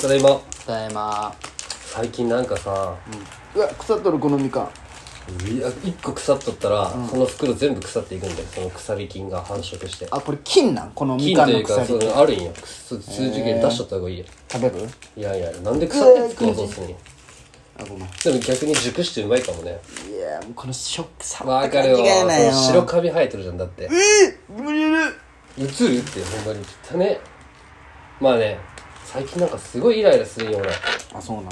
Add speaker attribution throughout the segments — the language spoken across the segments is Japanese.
Speaker 1: ただいま
Speaker 2: ただいま
Speaker 1: 最近なんかさ、
Speaker 3: うわ腐っとるこのみかん
Speaker 1: いや一個腐っとったら、その袋全部腐っていくんだよその腐り菌が繁殖して
Speaker 3: あこれ菌なんこのみ
Speaker 1: 菌
Speaker 3: か
Speaker 1: とい
Speaker 3: んの
Speaker 1: うか
Speaker 3: 腐
Speaker 1: そ
Speaker 3: り
Speaker 1: のあるんよくそ数字で出しちゃった方がいいよ、
Speaker 3: 食べる
Speaker 1: いやいやなんで腐ってつくの
Speaker 3: うわー
Speaker 1: そうすんの
Speaker 3: あごめんい
Speaker 1: でも逆に熟してうまいかもね
Speaker 3: やもうこの食さ
Speaker 1: わかるわ
Speaker 3: 違いないよ
Speaker 1: その白カビ生えてるじゃんだって
Speaker 3: 無理無理
Speaker 1: 映るってほんまに汚ねまあね最近なんかすごいイライラするよ俺
Speaker 3: あそうなん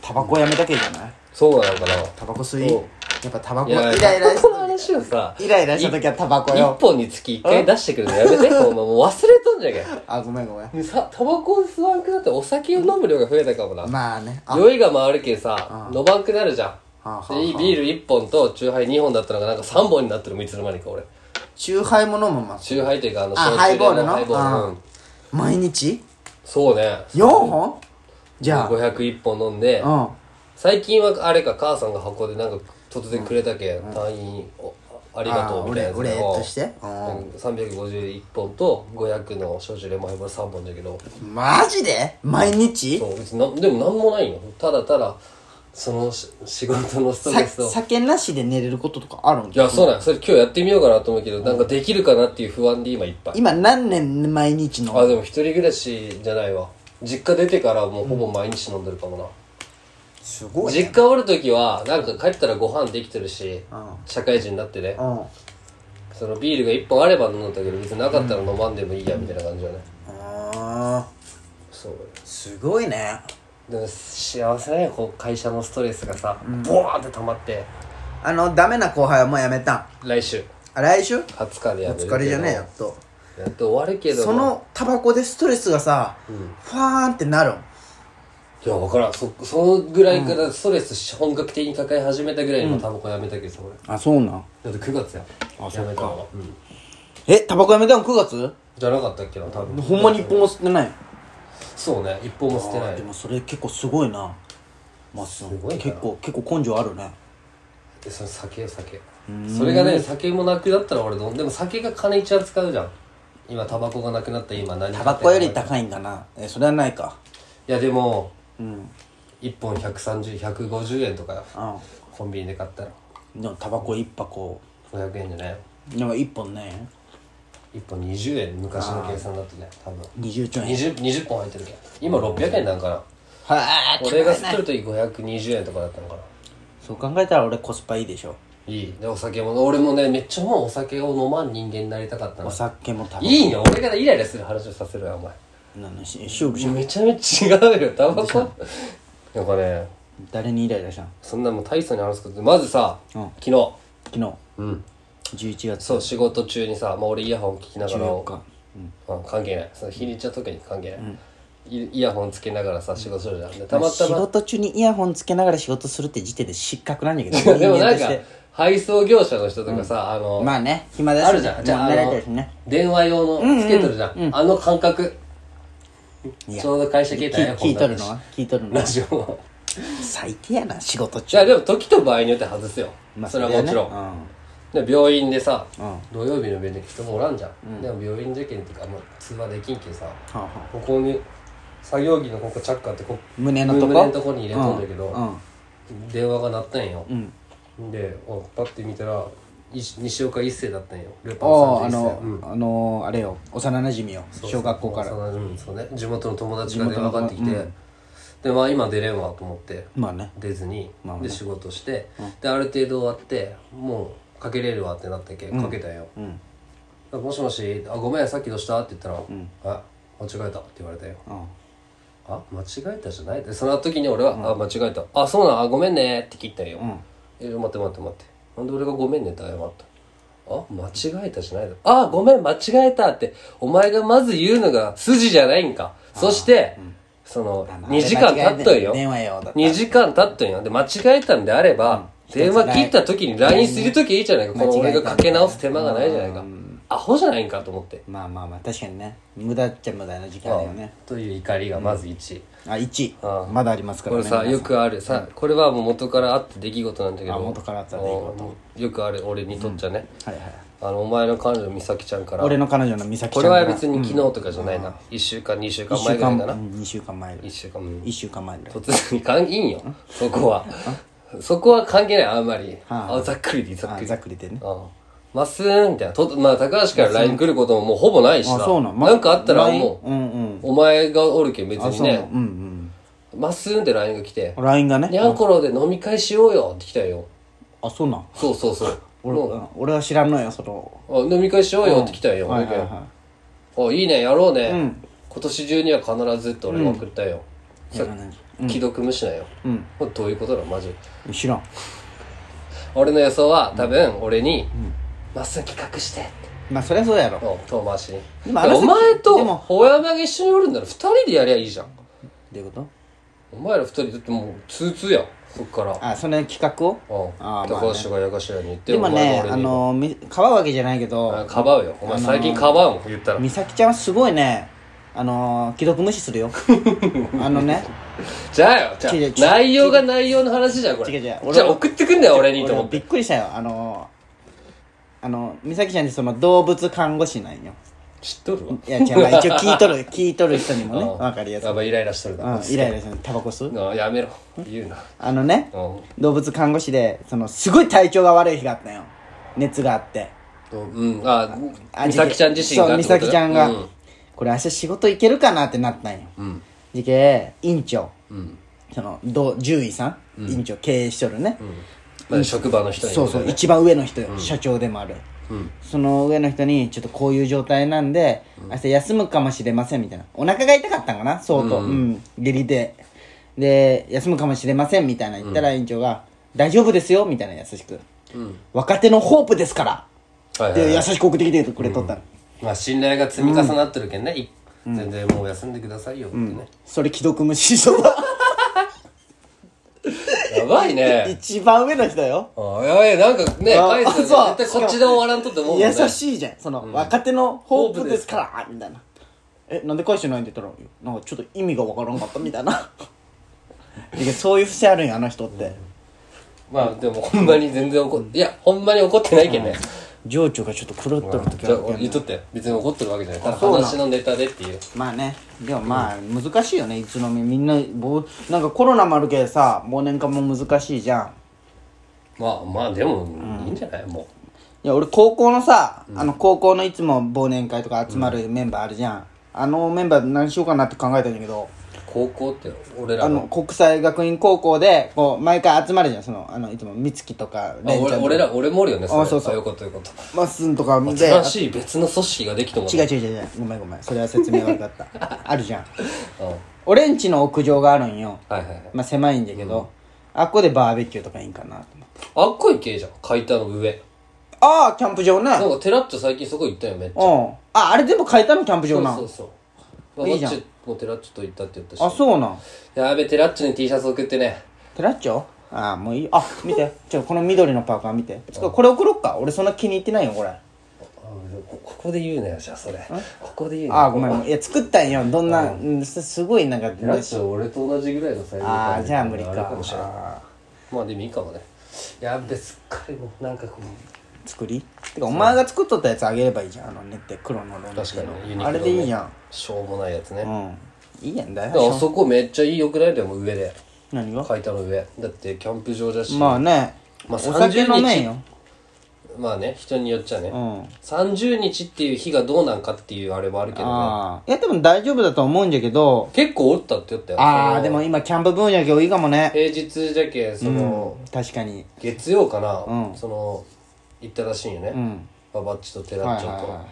Speaker 3: タバコやめたけじゃない
Speaker 1: そうなのかな
Speaker 3: タバコ吸い
Speaker 1: そう
Speaker 3: やっぱタバコ
Speaker 1: い
Speaker 3: イ
Speaker 1: や
Speaker 3: ラ
Speaker 1: い
Speaker 3: イ
Speaker 1: や
Speaker 3: ラし
Speaker 1: この
Speaker 3: た
Speaker 1: 話をさ
Speaker 3: イライラした時はタバコよ
Speaker 1: 一本につき一回出してくるのやめ てほんまもう忘れとんじゃけん
Speaker 3: あごめんごめん
Speaker 1: でさタバコを吸わんくなってお酒を飲む量が増えたかもな、
Speaker 3: まあねあ
Speaker 1: 酔いが回るけさ飲まんくなるじゃ
Speaker 3: あは
Speaker 1: ん
Speaker 3: あ
Speaker 1: でいいビール1本とチューハイ2本だったのがなんか3本になってるもいつの間にか俺
Speaker 3: チューハイも飲むま
Speaker 1: チューハイというかあの焼
Speaker 3: あ
Speaker 1: 酎でも
Speaker 3: ハイボールの
Speaker 1: ハイボール、
Speaker 3: う
Speaker 1: うんん、
Speaker 3: 毎日
Speaker 1: そうね
Speaker 3: 4本じゃ
Speaker 1: 501本飲んで、
Speaker 3: あうん
Speaker 1: 最近はあれか母さんが箱でなんか突然くれたけ、ん、隊員おありがとうみたいなやつ
Speaker 3: あーお礼お礼として
Speaker 1: う
Speaker 3: うんん、
Speaker 1: 351本と500の焼酎レモンハイボール3本だけど
Speaker 3: マジで毎日
Speaker 1: そう別になんでもなんもないよただただそのし仕事のストレス
Speaker 3: さ
Speaker 1: を
Speaker 3: 酒なしで寝れることとかある
Speaker 1: い
Speaker 3: ん
Speaker 1: やそうなんやそれ今日やってみようかなと思うけど、なんかできるかなっていう不安で今いっぱい
Speaker 3: 今何年毎日飲
Speaker 1: あ
Speaker 3: む
Speaker 1: でも一人暮らしじゃないわ実家出てからもうほぼ毎日飲んでるかもな、
Speaker 3: すごいね
Speaker 1: 実家おる時はなんか帰ったらご飯できてるし、
Speaker 3: うん
Speaker 1: 社会人になってね、
Speaker 3: うん
Speaker 1: そのビールが1本あれば飲んだけど別になかったら飲まんでもいいやみたいな感じだね、
Speaker 3: あ
Speaker 1: そう
Speaker 3: ーすごいね
Speaker 1: でも幸せだよこう会社のストレスがさ、ボワーって溜まって
Speaker 3: あのダメな後輩はもうやめたん
Speaker 1: 来週
Speaker 3: あ来週
Speaker 1: 20日でやめるけど
Speaker 3: 疲れじゃねえやっと
Speaker 1: やっと終わるけど
Speaker 3: そのタバコでストレスがさ、ファーンってなるん
Speaker 1: いや分からんそそのぐらいからストレス本格的に抱え始めたぐらいにもうタバコやめたけどさ俺
Speaker 3: あそうなん
Speaker 1: だって9月や
Speaker 3: あ
Speaker 1: やめたのは、うん
Speaker 3: えタバコやめたん9月
Speaker 1: じゃなかったっけな多分
Speaker 3: ほんまに一本も吸ってない
Speaker 1: そうね一本も捨てな
Speaker 3: あー
Speaker 1: い
Speaker 3: でもそれ結構すごいなまっ
Speaker 1: す
Speaker 3: す
Speaker 1: ごい
Speaker 3: ー
Speaker 1: な
Speaker 3: 結構結構根性あるね
Speaker 1: でその酒よ酒それがね酒もなくなったら俺飲んでも酒が金一番使うじゃん今タバコがなくなった今何
Speaker 3: タバコより
Speaker 1: 買ってんの
Speaker 3: 高いんだなえそれはないか
Speaker 1: いやでも
Speaker 3: うん
Speaker 1: 1本130150円とかよ
Speaker 3: あ
Speaker 1: コンビニで買ったら
Speaker 3: でもタバコ一箱
Speaker 1: 500円じゃない
Speaker 3: なんか1本ね
Speaker 1: 1本20円昔の計算だとね多分
Speaker 3: 20ちょい
Speaker 1: 20, 20本入ってるけん今600円なんかな
Speaker 3: はあ
Speaker 1: 俺が吸ってる時520円とかだったのかな
Speaker 3: そう考えたら俺コスパいいでしょ
Speaker 1: いいでお酒も俺もねめっちゃもうお酒を飲まん人間になりたかった
Speaker 3: お
Speaker 1: な
Speaker 3: 酒もタバコ
Speaker 1: いいよ俺がイライラする話をさせるわお前
Speaker 3: なのしシュールし
Speaker 1: めちゃめちゃ違うよタバコなんかね
Speaker 3: 誰にイライラしたん
Speaker 1: そんなもう大層に話すことまずさ、
Speaker 3: うん
Speaker 1: 昨日
Speaker 3: 昨日
Speaker 1: うん
Speaker 3: 11月
Speaker 1: そう仕事中にさ、まあ、俺イヤホン聞きながら
Speaker 3: 14日
Speaker 1: うん、関係ないその日にちは特に関係ない、イイヤホンつけながらさ仕事するじゃんでたまた
Speaker 3: 仕
Speaker 1: ま
Speaker 3: 事中にイヤホンつけながら仕事するって時点で失格なんだけど人
Speaker 1: でも
Speaker 3: 間
Speaker 1: なん
Speaker 3: とし
Speaker 1: か
Speaker 3: て
Speaker 1: 配送業者の人とかさ、あの、
Speaker 3: まあね暇だし
Speaker 1: あるじゃんじゃあ
Speaker 3: も
Speaker 1: あ
Speaker 3: う慣れて
Speaker 1: の
Speaker 3: るしね
Speaker 1: 電話用のつけとるじゃん、あの感覚
Speaker 3: いや
Speaker 1: ちょうど会社
Speaker 3: 聞
Speaker 1: 携
Speaker 3: い
Speaker 1: 帯イヤホ
Speaker 3: 聞
Speaker 1: ン
Speaker 3: いと
Speaker 1: だ
Speaker 3: る
Speaker 1: ったし
Speaker 3: のは聞いとるの
Speaker 1: ラ
Speaker 3: は
Speaker 1: ジオも
Speaker 3: 最低やな仕事
Speaker 1: い
Speaker 3: 中
Speaker 1: やでも時と場合によって外すよ、
Speaker 3: まあ
Speaker 1: それはもちろん、
Speaker 3: ね
Speaker 1: で病院でさ、
Speaker 3: ん
Speaker 1: 土曜日の便で人もおらんじゃん、でも病院受験とかあんま通話できんけさ、
Speaker 3: あは
Speaker 1: ここに作業着のここチャッカーってこ
Speaker 3: 胸のとこ
Speaker 1: 胸のとこに入れとんだけど、
Speaker 3: うんうん
Speaker 1: 電話が鳴ったんよ、
Speaker 3: ん
Speaker 1: でおパッて見たらい西岡一世だったんよルパン
Speaker 3: お
Speaker 1: 三
Speaker 3: ーあ
Speaker 1: 世一世
Speaker 3: の、あのーあれよ幼馴染よ
Speaker 1: そう
Speaker 3: 小学校から
Speaker 1: そううんそうね地元の友達が
Speaker 3: 地元
Speaker 1: 電話
Speaker 3: の
Speaker 1: かかってきて、
Speaker 3: うん
Speaker 1: でまあ今出れんわと思って
Speaker 3: まあね
Speaker 1: 出ずに、
Speaker 3: まあね
Speaker 1: で仕事して、である程度終わってもうかけれるわってなったけかけたんよ、
Speaker 3: うん
Speaker 1: もしもしあごめんさっきどうした?」って言ったら「あ間違えた」って言われたよ
Speaker 3: うん
Speaker 1: 「あ間違えたじゃない?」でその時に俺は「あ間違えたあそうなんあごめんね」って切ったよ、え待って待って待ってなんで俺が「ごめんね」って謝ったあ間違えたじゃないだあごめん間違えたってお前がまず言うのが筋じゃないんかそして、その
Speaker 3: まあ
Speaker 1: 2時間経っとんよ
Speaker 3: 電話よだったら
Speaker 1: 2時間経っとんよで間違えたんであれば、電話切った時に LINE する時いいじゃないかこの俺がかけ直す手間がないじゃないかアホじゃないんかと思って
Speaker 3: まあまあまあ確かにね無駄っちゃ無駄な時間だよね
Speaker 1: という怒りがまず1、
Speaker 3: あ一
Speaker 1: あ
Speaker 3: まだありますか
Speaker 1: こ
Speaker 3: ら
Speaker 1: れ
Speaker 3: ね
Speaker 1: さ
Speaker 3: 皆
Speaker 1: よ
Speaker 3: さん
Speaker 1: くあるさこれはもう元からあった出来事なんだけど
Speaker 3: あ元からあった出来事
Speaker 1: うんよくある俺にとっちゃね、
Speaker 3: はいはい
Speaker 1: あのお前の彼女美咲ちゃんから
Speaker 3: 俺の彼女の美咲ち
Speaker 1: こ
Speaker 3: ゃん
Speaker 1: れ
Speaker 3: から
Speaker 1: は別に昨日とかじゃないな、一1週間2週間
Speaker 3: 一
Speaker 1: 前
Speaker 3: 週
Speaker 1: ぐらいか
Speaker 3: 間
Speaker 1: な
Speaker 3: 2週間前ぐ
Speaker 1: 1
Speaker 3: らい
Speaker 1: 週間前
Speaker 3: 1週間前ぐらい
Speaker 1: 突然に関係いいんよそこはそこは関係ないあんまり
Speaker 3: あ
Speaker 1: あざっくりでいいざっ
Speaker 3: あ
Speaker 1: くり
Speaker 3: ざっくりでね
Speaker 1: うんまっすーんみたいなとまあ高橋から LINE 来ることももうほぼないし
Speaker 3: あ
Speaker 1: な
Speaker 3: そうなんま
Speaker 1: なんかあったらもう、
Speaker 3: うんうん
Speaker 1: お前がおるけん別
Speaker 3: あ
Speaker 1: に
Speaker 3: そうな
Speaker 1: ね
Speaker 3: のうん
Speaker 1: まっすーんって LINE が来て
Speaker 3: うん LINE が
Speaker 1: 「にゃ
Speaker 3: ね
Speaker 1: んころで飲み会しようよ」って来たよ
Speaker 3: あそうなん
Speaker 1: そうそうそう
Speaker 3: 俺うん俺は知らんのよその
Speaker 1: あ飲み会しようよって来たよ、
Speaker 3: はいはいは
Speaker 1: おいいねやろうね、
Speaker 3: ん
Speaker 1: 今年中には必ずって俺が送ったよ、
Speaker 3: い
Speaker 1: さ
Speaker 3: やらない
Speaker 1: 既読無視なよ、
Speaker 3: うん
Speaker 1: これどういうことだマジで
Speaker 3: うん知らん
Speaker 1: 俺の予想は多分俺に「まっすぐ企画して」って
Speaker 3: まあそりゃそうやろ
Speaker 1: お遠回しに
Speaker 3: でもあの
Speaker 1: お前と
Speaker 3: でも
Speaker 1: ほやまが一緒におるんなら二人でやりゃいいじゃん
Speaker 3: どういうこと
Speaker 1: お前ら二人だってもうツーツーやんそっから
Speaker 3: あその企画を
Speaker 1: うん
Speaker 3: あーまあね
Speaker 1: 高橋がやかしらに言って
Speaker 3: でもね
Speaker 1: お前が俺
Speaker 3: あ
Speaker 1: に言う
Speaker 3: のみかばうわけじゃないけ
Speaker 1: あ
Speaker 3: ど
Speaker 1: かばうよお前最近かばうもん言ったら
Speaker 3: 美咲ちゃんはすごいねあのー既読無視する よあのね
Speaker 1: じゃあよじゃ
Speaker 3: 違う違う
Speaker 1: あ内容が内容の話じゃんこれ
Speaker 3: 違う違う俺は
Speaker 1: じゃあ送ってくんだよ俺にと
Speaker 3: 俺
Speaker 1: 思
Speaker 3: も
Speaker 1: っ
Speaker 3: びってくりしたよあのーあの美咲ちゃんってその動物看護師なんよ
Speaker 1: 知っとるわ
Speaker 3: いや違う、まあ、一応聞いとる聞いとる人にもね
Speaker 1: うん
Speaker 3: 分かりやすい
Speaker 1: やばいイライラしとるな
Speaker 3: うんイライラするタバコ吸う
Speaker 1: あやめろ言うな
Speaker 3: あのね
Speaker 1: うん
Speaker 3: 動物看護師でそのすごい体調が悪い日があったよ熱があって
Speaker 1: うんあ
Speaker 3: あ
Speaker 1: 美咲ちゃん自身が
Speaker 3: そう
Speaker 1: って
Speaker 3: 美
Speaker 1: こと
Speaker 3: 咲ちゃんが、
Speaker 1: うん
Speaker 3: これ明日仕事行けるかなってなったんよ、
Speaker 1: うん
Speaker 3: じけ院長
Speaker 1: うん
Speaker 3: そのど獣医さん、院長経営しとるね、
Speaker 1: まあ職場の人に
Speaker 3: そうそう一番上の人よ、社長でもある、その上の人にちょっとこういう状態なんで、明日休むかもしれませんみたいなお腹が痛かったんかな相当うん、下痢でで休むかもしれませんみたいな言ったら院長が「大丈夫ですよ」みたいな優しく、若手のホープですから」
Speaker 1: はい
Speaker 3: っ
Speaker 1: はい
Speaker 3: て
Speaker 1: は
Speaker 3: 優
Speaker 1: い
Speaker 3: しく送ってきてくれとったの、
Speaker 1: まあ信頼が積み重なってるけんねい全然もう休んでくださいよってね
Speaker 3: それ既読無視しとった
Speaker 1: やばいね
Speaker 3: 一番上の人よ
Speaker 1: あやばいなんかね
Speaker 3: あ
Speaker 1: 返す
Speaker 3: そ
Speaker 1: よ
Speaker 3: う
Speaker 1: ね絶対こっちで終わらんとって思うもんね
Speaker 3: 優しいじゃんその、若手のホープですからみたいなえなんで返してないんって言ったらなんかちょっと意味がわからんかったみたい ないやそういう節あるんやあの人って、
Speaker 1: まあでもほんまに全然怒っいやほんまに怒ってないけんね
Speaker 3: 情緒がちょっと狂っとる時
Speaker 1: じゃ
Speaker 3: あ
Speaker 1: あ
Speaker 3: るけど
Speaker 1: 言っとって別に怒ってるわけじゃないただ
Speaker 3: そうなん
Speaker 1: 話のネタでっていう
Speaker 3: まあねでもまあ難しいよねいつの間にみんな忘なんかコロナもあるけどさ忘年会も難しいじゃん
Speaker 1: まあまあでもいいんじゃないも
Speaker 3: いや俺高校のさ、あの高校のいつも忘年会とか集まるメンバーあるじゃん、あのメンバー何しようかなって考えたんだけど
Speaker 1: う高校って俺ら
Speaker 3: あ
Speaker 1: の
Speaker 3: の国際学院高校でこう毎回集まるじゃんそのあのいつも美月とか
Speaker 1: あ
Speaker 3: レンち
Speaker 1: 俺
Speaker 3: ゃんと
Speaker 1: 俺ら
Speaker 3: から
Speaker 1: 俺もおるよね
Speaker 3: あそうそう
Speaker 1: よことよこと
Speaker 3: マッスンとかで
Speaker 1: 新しい別の組織ができたもん
Speaker 3: 違う違う違う違うごめんごめんそれは説明悪かったあるじゃん
Speaker 1: うんはい
Speaker 3: 俺んちの屋上があるんよ
Speaker 1: はいはい
Speaker 3: まあ狭いんだけど、あっこでバーベキューとかいいんかなと思って
Speaker 1: あっこ行けじゃん階段の上
Speaker 3: ああキャンプ場ね
Speaker 1: なんかテラッチョ最近そこ行ったよめっちゃ
Speaker 3: うんああれ全部変えたのキャンプ場な
Speaker 1: そうそうそう
Speaker 3: い
Speaker 1: い
Speaker 3: いじゃん
Speaker 1: もうテラッチョと行ったって言ったし
Speaker 3: あそうなん
Speaker 1: やべテラッチョに T シャツ送ってね
Speaker 3: テラッチョああもういいよあ見てちょこの緑のパーカー見てつうかこれ送ろっか俺そんな気に入ってないよこれ
Speaker 1: こここで言うなよじゃあそれここで言うな
Speaker 3: ああごめんごめんいや作ったんよどんな、うん、すすごいなんか
Speaker 1: テラッチョ俺と同じぐらいのサイズ
Speaker 3: ああじゃあ無理
Speaker 1: あ
Speaker 3: か
Speaker 1: れもしれないまあでもいいかもねやべすっかりもうなんかこう
Speaker 3: 作りてかお前が作っとったやつあげればいいじゃんあのねって黒のロン
Speaker 1: 確かにユニクロの
Speaker 3: あれでいいじゃ
Speaker 1: しょうもないやつね、
Speaker 3: んうんいいやんだ
Speaker 1: でもあ
Speaker 3: よ
Speaker 1: そこめっちゃいいよくないでも上で
Speaker 3: 何が
Speaker 1: 階段の上だってキャンプ場だし
Speaker 3: まあね
Speaker 1: ま
Speaker 3: お
Speaker 1: あ
Speaker 3: 酒飲めんよ
Speaker 1: まあね人によっちゃね、
Speaker 3: うん
Speaker 1: 30日っていう日がどうなんかっていうあれもあるけどね
Speaker 3: ああいやでも大丈夫だと思うんじゃけど
Speaker 1: 結構おったって言ったよ
Speaker 3: あ
Speaker 1: そ
Speaker 3: あ
Speaker 1: の
Speaker 3: でも今キャンプ分野が多いかもね
Speaker 1: 平日じゃけその、
Speaker 3: 確かに
Speaker 1: 月曜かな、
Speaker 3: うん
Speaker 1: その行ったらしいんよね、
Speaker 3: うん
Speaker 1: ババッチとテラ
Speaker 3: は
Speaker 1: ッ
Speaker 3: い
Speaker 1: チ
Speaker 3: はい
Speaker 1: ョ
Speaker 3: はい
Speaker 1: と、
Speaker 3: はい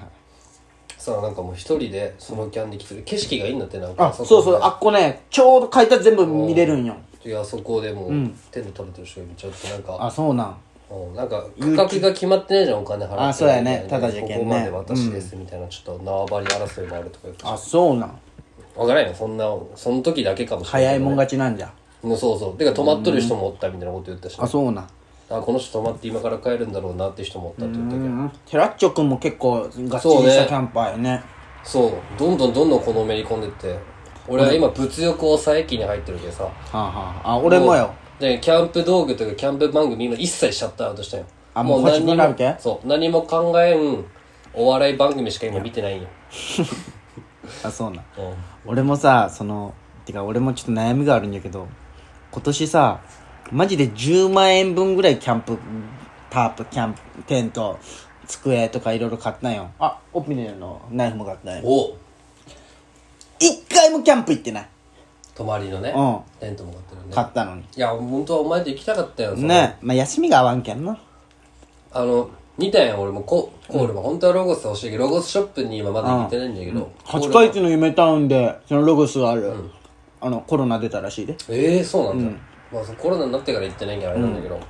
Speaker 1: さあなんかもう一人でそのキャンで来てる景色がいいんだってなんか
Speaker 3: あそうそう
Speaker 1: あ
Speaker 3: あっこねちょうど書いた全部見れるんよ
Speaker 1: いやそこでもう、テント取れてる人がちょっとなんか
Speaker 3: あそうなん
Speaker 1: うんなんか価格が決まってないじゃんお金払ってる
Speaker 3: あそうやね
Speaker 1: みい
Speaker 3: た
Speaker 1: な
Speaker 3: だじゃけんね
Speaker 1: ここまで私ですみたいなちょっと縄張り争いもあるとか言って
Speaker 3: あそうなん
Speaker 1: 分からんよそんなその時だけかもしれない
Speaker 3: 早いもん勝ちなんじゃ
Speaker 1: うんそうそうてか泊まっとる人もおったみたいなこと言ったしね、
Speaker 3: あそうなん
Speaker 1: あこの人泊まって今から帰るんだろうなって人もおったって言ったけど
Speaker 3: うんテラッチョ君も結構がっちりし
Speaker 1: そうね
Speaker 3: たキャンパーよね
Speaker 1: そうどんどんどんどんこのめり込んでって俺は今物欲抑え期に入ってるけどさ
Speaker 3: はあはああ俺もよ
Speaker 1: でキャンプ道具とかキャンプ番組今一切シャットアウトしたよ
Speaker 3: ああもう
Speaker 1: 何
Speaker 3: 8
Speaker 1: に
Speaker 3: 分なるけ
Speaker 1: もそう何も考えんお笑い番組しか今見てないんよ、
Speaker 3: あそうなん
Speaker 1: うん、
Speaker 3: 俺もさそのてか俺もちょっと悩みがあるんやけど今年さマジで10万円分ぐらいキャンプタープキャンプテント机とかいろいろ買ったんよあオピニオンのナイフも買ったんよ
Speaker 1: お
Speaker 3: 一回もキャンプ行ってない
Speaker 1: 泊まりのね、
Speaker 3: う
Speaker 1: テントも買ってるね
Speaker 3: 買ったのに
Speaker 1: いや本当はお前と行きたかったよその
Speaker 3: ねまあ休みが合わんけんな
Speaker 1: あの見たんや俺もココールも、本当はロゴス欲しいけどロゴスショップに今まだ行ってないんだけど、コール
Speaker 3: 八回忌の夢タウンでそのロゴスがある、あのコロナ出たらしいで
Speaker 1: ええそうなんだ、まあ、そのコロナになってから行ってないんやあれなんだけど、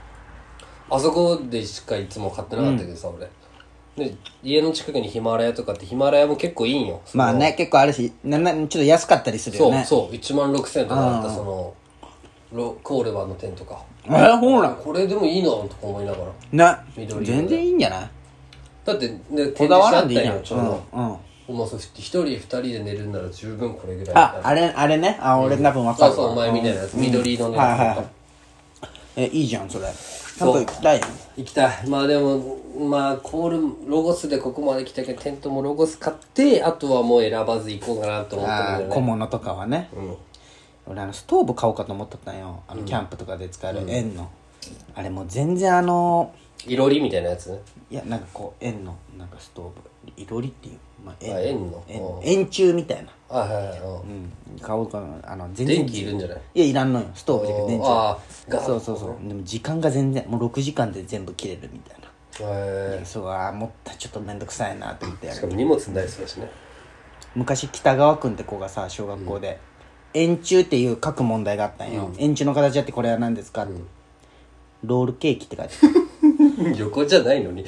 Speaker 1: あそこでしかいつも買ってなかったけどさ、俺で家の近くにヒマラヤとかってヒマラヤも結構いいんよ
Speaker 3: まあね結構あるしななちょっと安かったりするよ
Speaker 1: そう
Speaker 3: ね
Speaker 1: そう1万6000円とかあったそのロコールマンの点とか
Speaker 3: えー、ほら
Speaker 1: これでもいいなとか思いながら
Speaker 3: ね
Speaker 1: 緑色で
Speaker 3: 全然いいんじゃない
Speaker 1: だってね展
Speaker 3: こ
Speaker 1: 示
Speaker 3: だわ
Speaker 1: してあ
Speaker 3: らん
Speaker 1: った
Speaker 3: でいい
Speaker 1: ん
Speaker 3: じゃん
Speaker 1: よちょうど、
Speaker 3: うんうん
Speaker 1: お前そう一人二人で寝るんなら十分これぐらい
Speaker 3: ああれあれねあ俺多分分かる
Speaker 1: そうそうお前みたいなやつ緑色のやつ
Speaker 3: やはいはいはいえいいじゃんそれキャンプ行きたいよ
Speaker 1: 行きたいまあでもまあコールロゴスでここまで来たけどテントもロゴス買ってあとはもう選ばず行こうかなと思って
Speaker 3: あ
Speaker 1: る
Speaker 3: ー
Speaker 1: んだ
Speaker 3: 小
Speaker 1: よね
Speaker 3: 物とかはね
Speaker 1: うん
Speaker 3: 俺あのストーブ買おうかと思っとったんよあのキャンプとかで使える円のあれもう全然あの
Speaker 1: いろりみたいなやつね
Speaker 3: いやなんかこう円のなんかストーブいろりっていう、まあ、
Speaker 1: あ円の
Speaker 3: 円円柱みたいな
Speaker 1: あはいはいは
Speaker 3: うん買おうかなあの
Speaker 1: い
Speaker 3: 全然
Speaker 1: 電気いるんじゃない
Speaker 3: いやいらんのよストーブじゃなくて電
Speaker 1: おー
Speaker 3: 池
Speaker 1: あーガ
Speaker 3: そうそうそうでも時間が全然もう6時間で全部切れるみたいな
Speaker 1: え
Speaker 3: そうあーもったいちょっと面倒くさいなと思ってや
Speaker 1: ーし
Speaker 3: る
Speaker 1: かも荷物になりそうだしね
Speaker 3: 昔北川君って子がさ小学校で、円柱っていう書く問題があったんよ、円柱の形だってこれは何ですかって、ロールケーキって書いてある
Speaker 1: 横じゃないのに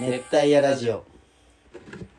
Speaker 3: 熱帯夜ラジオ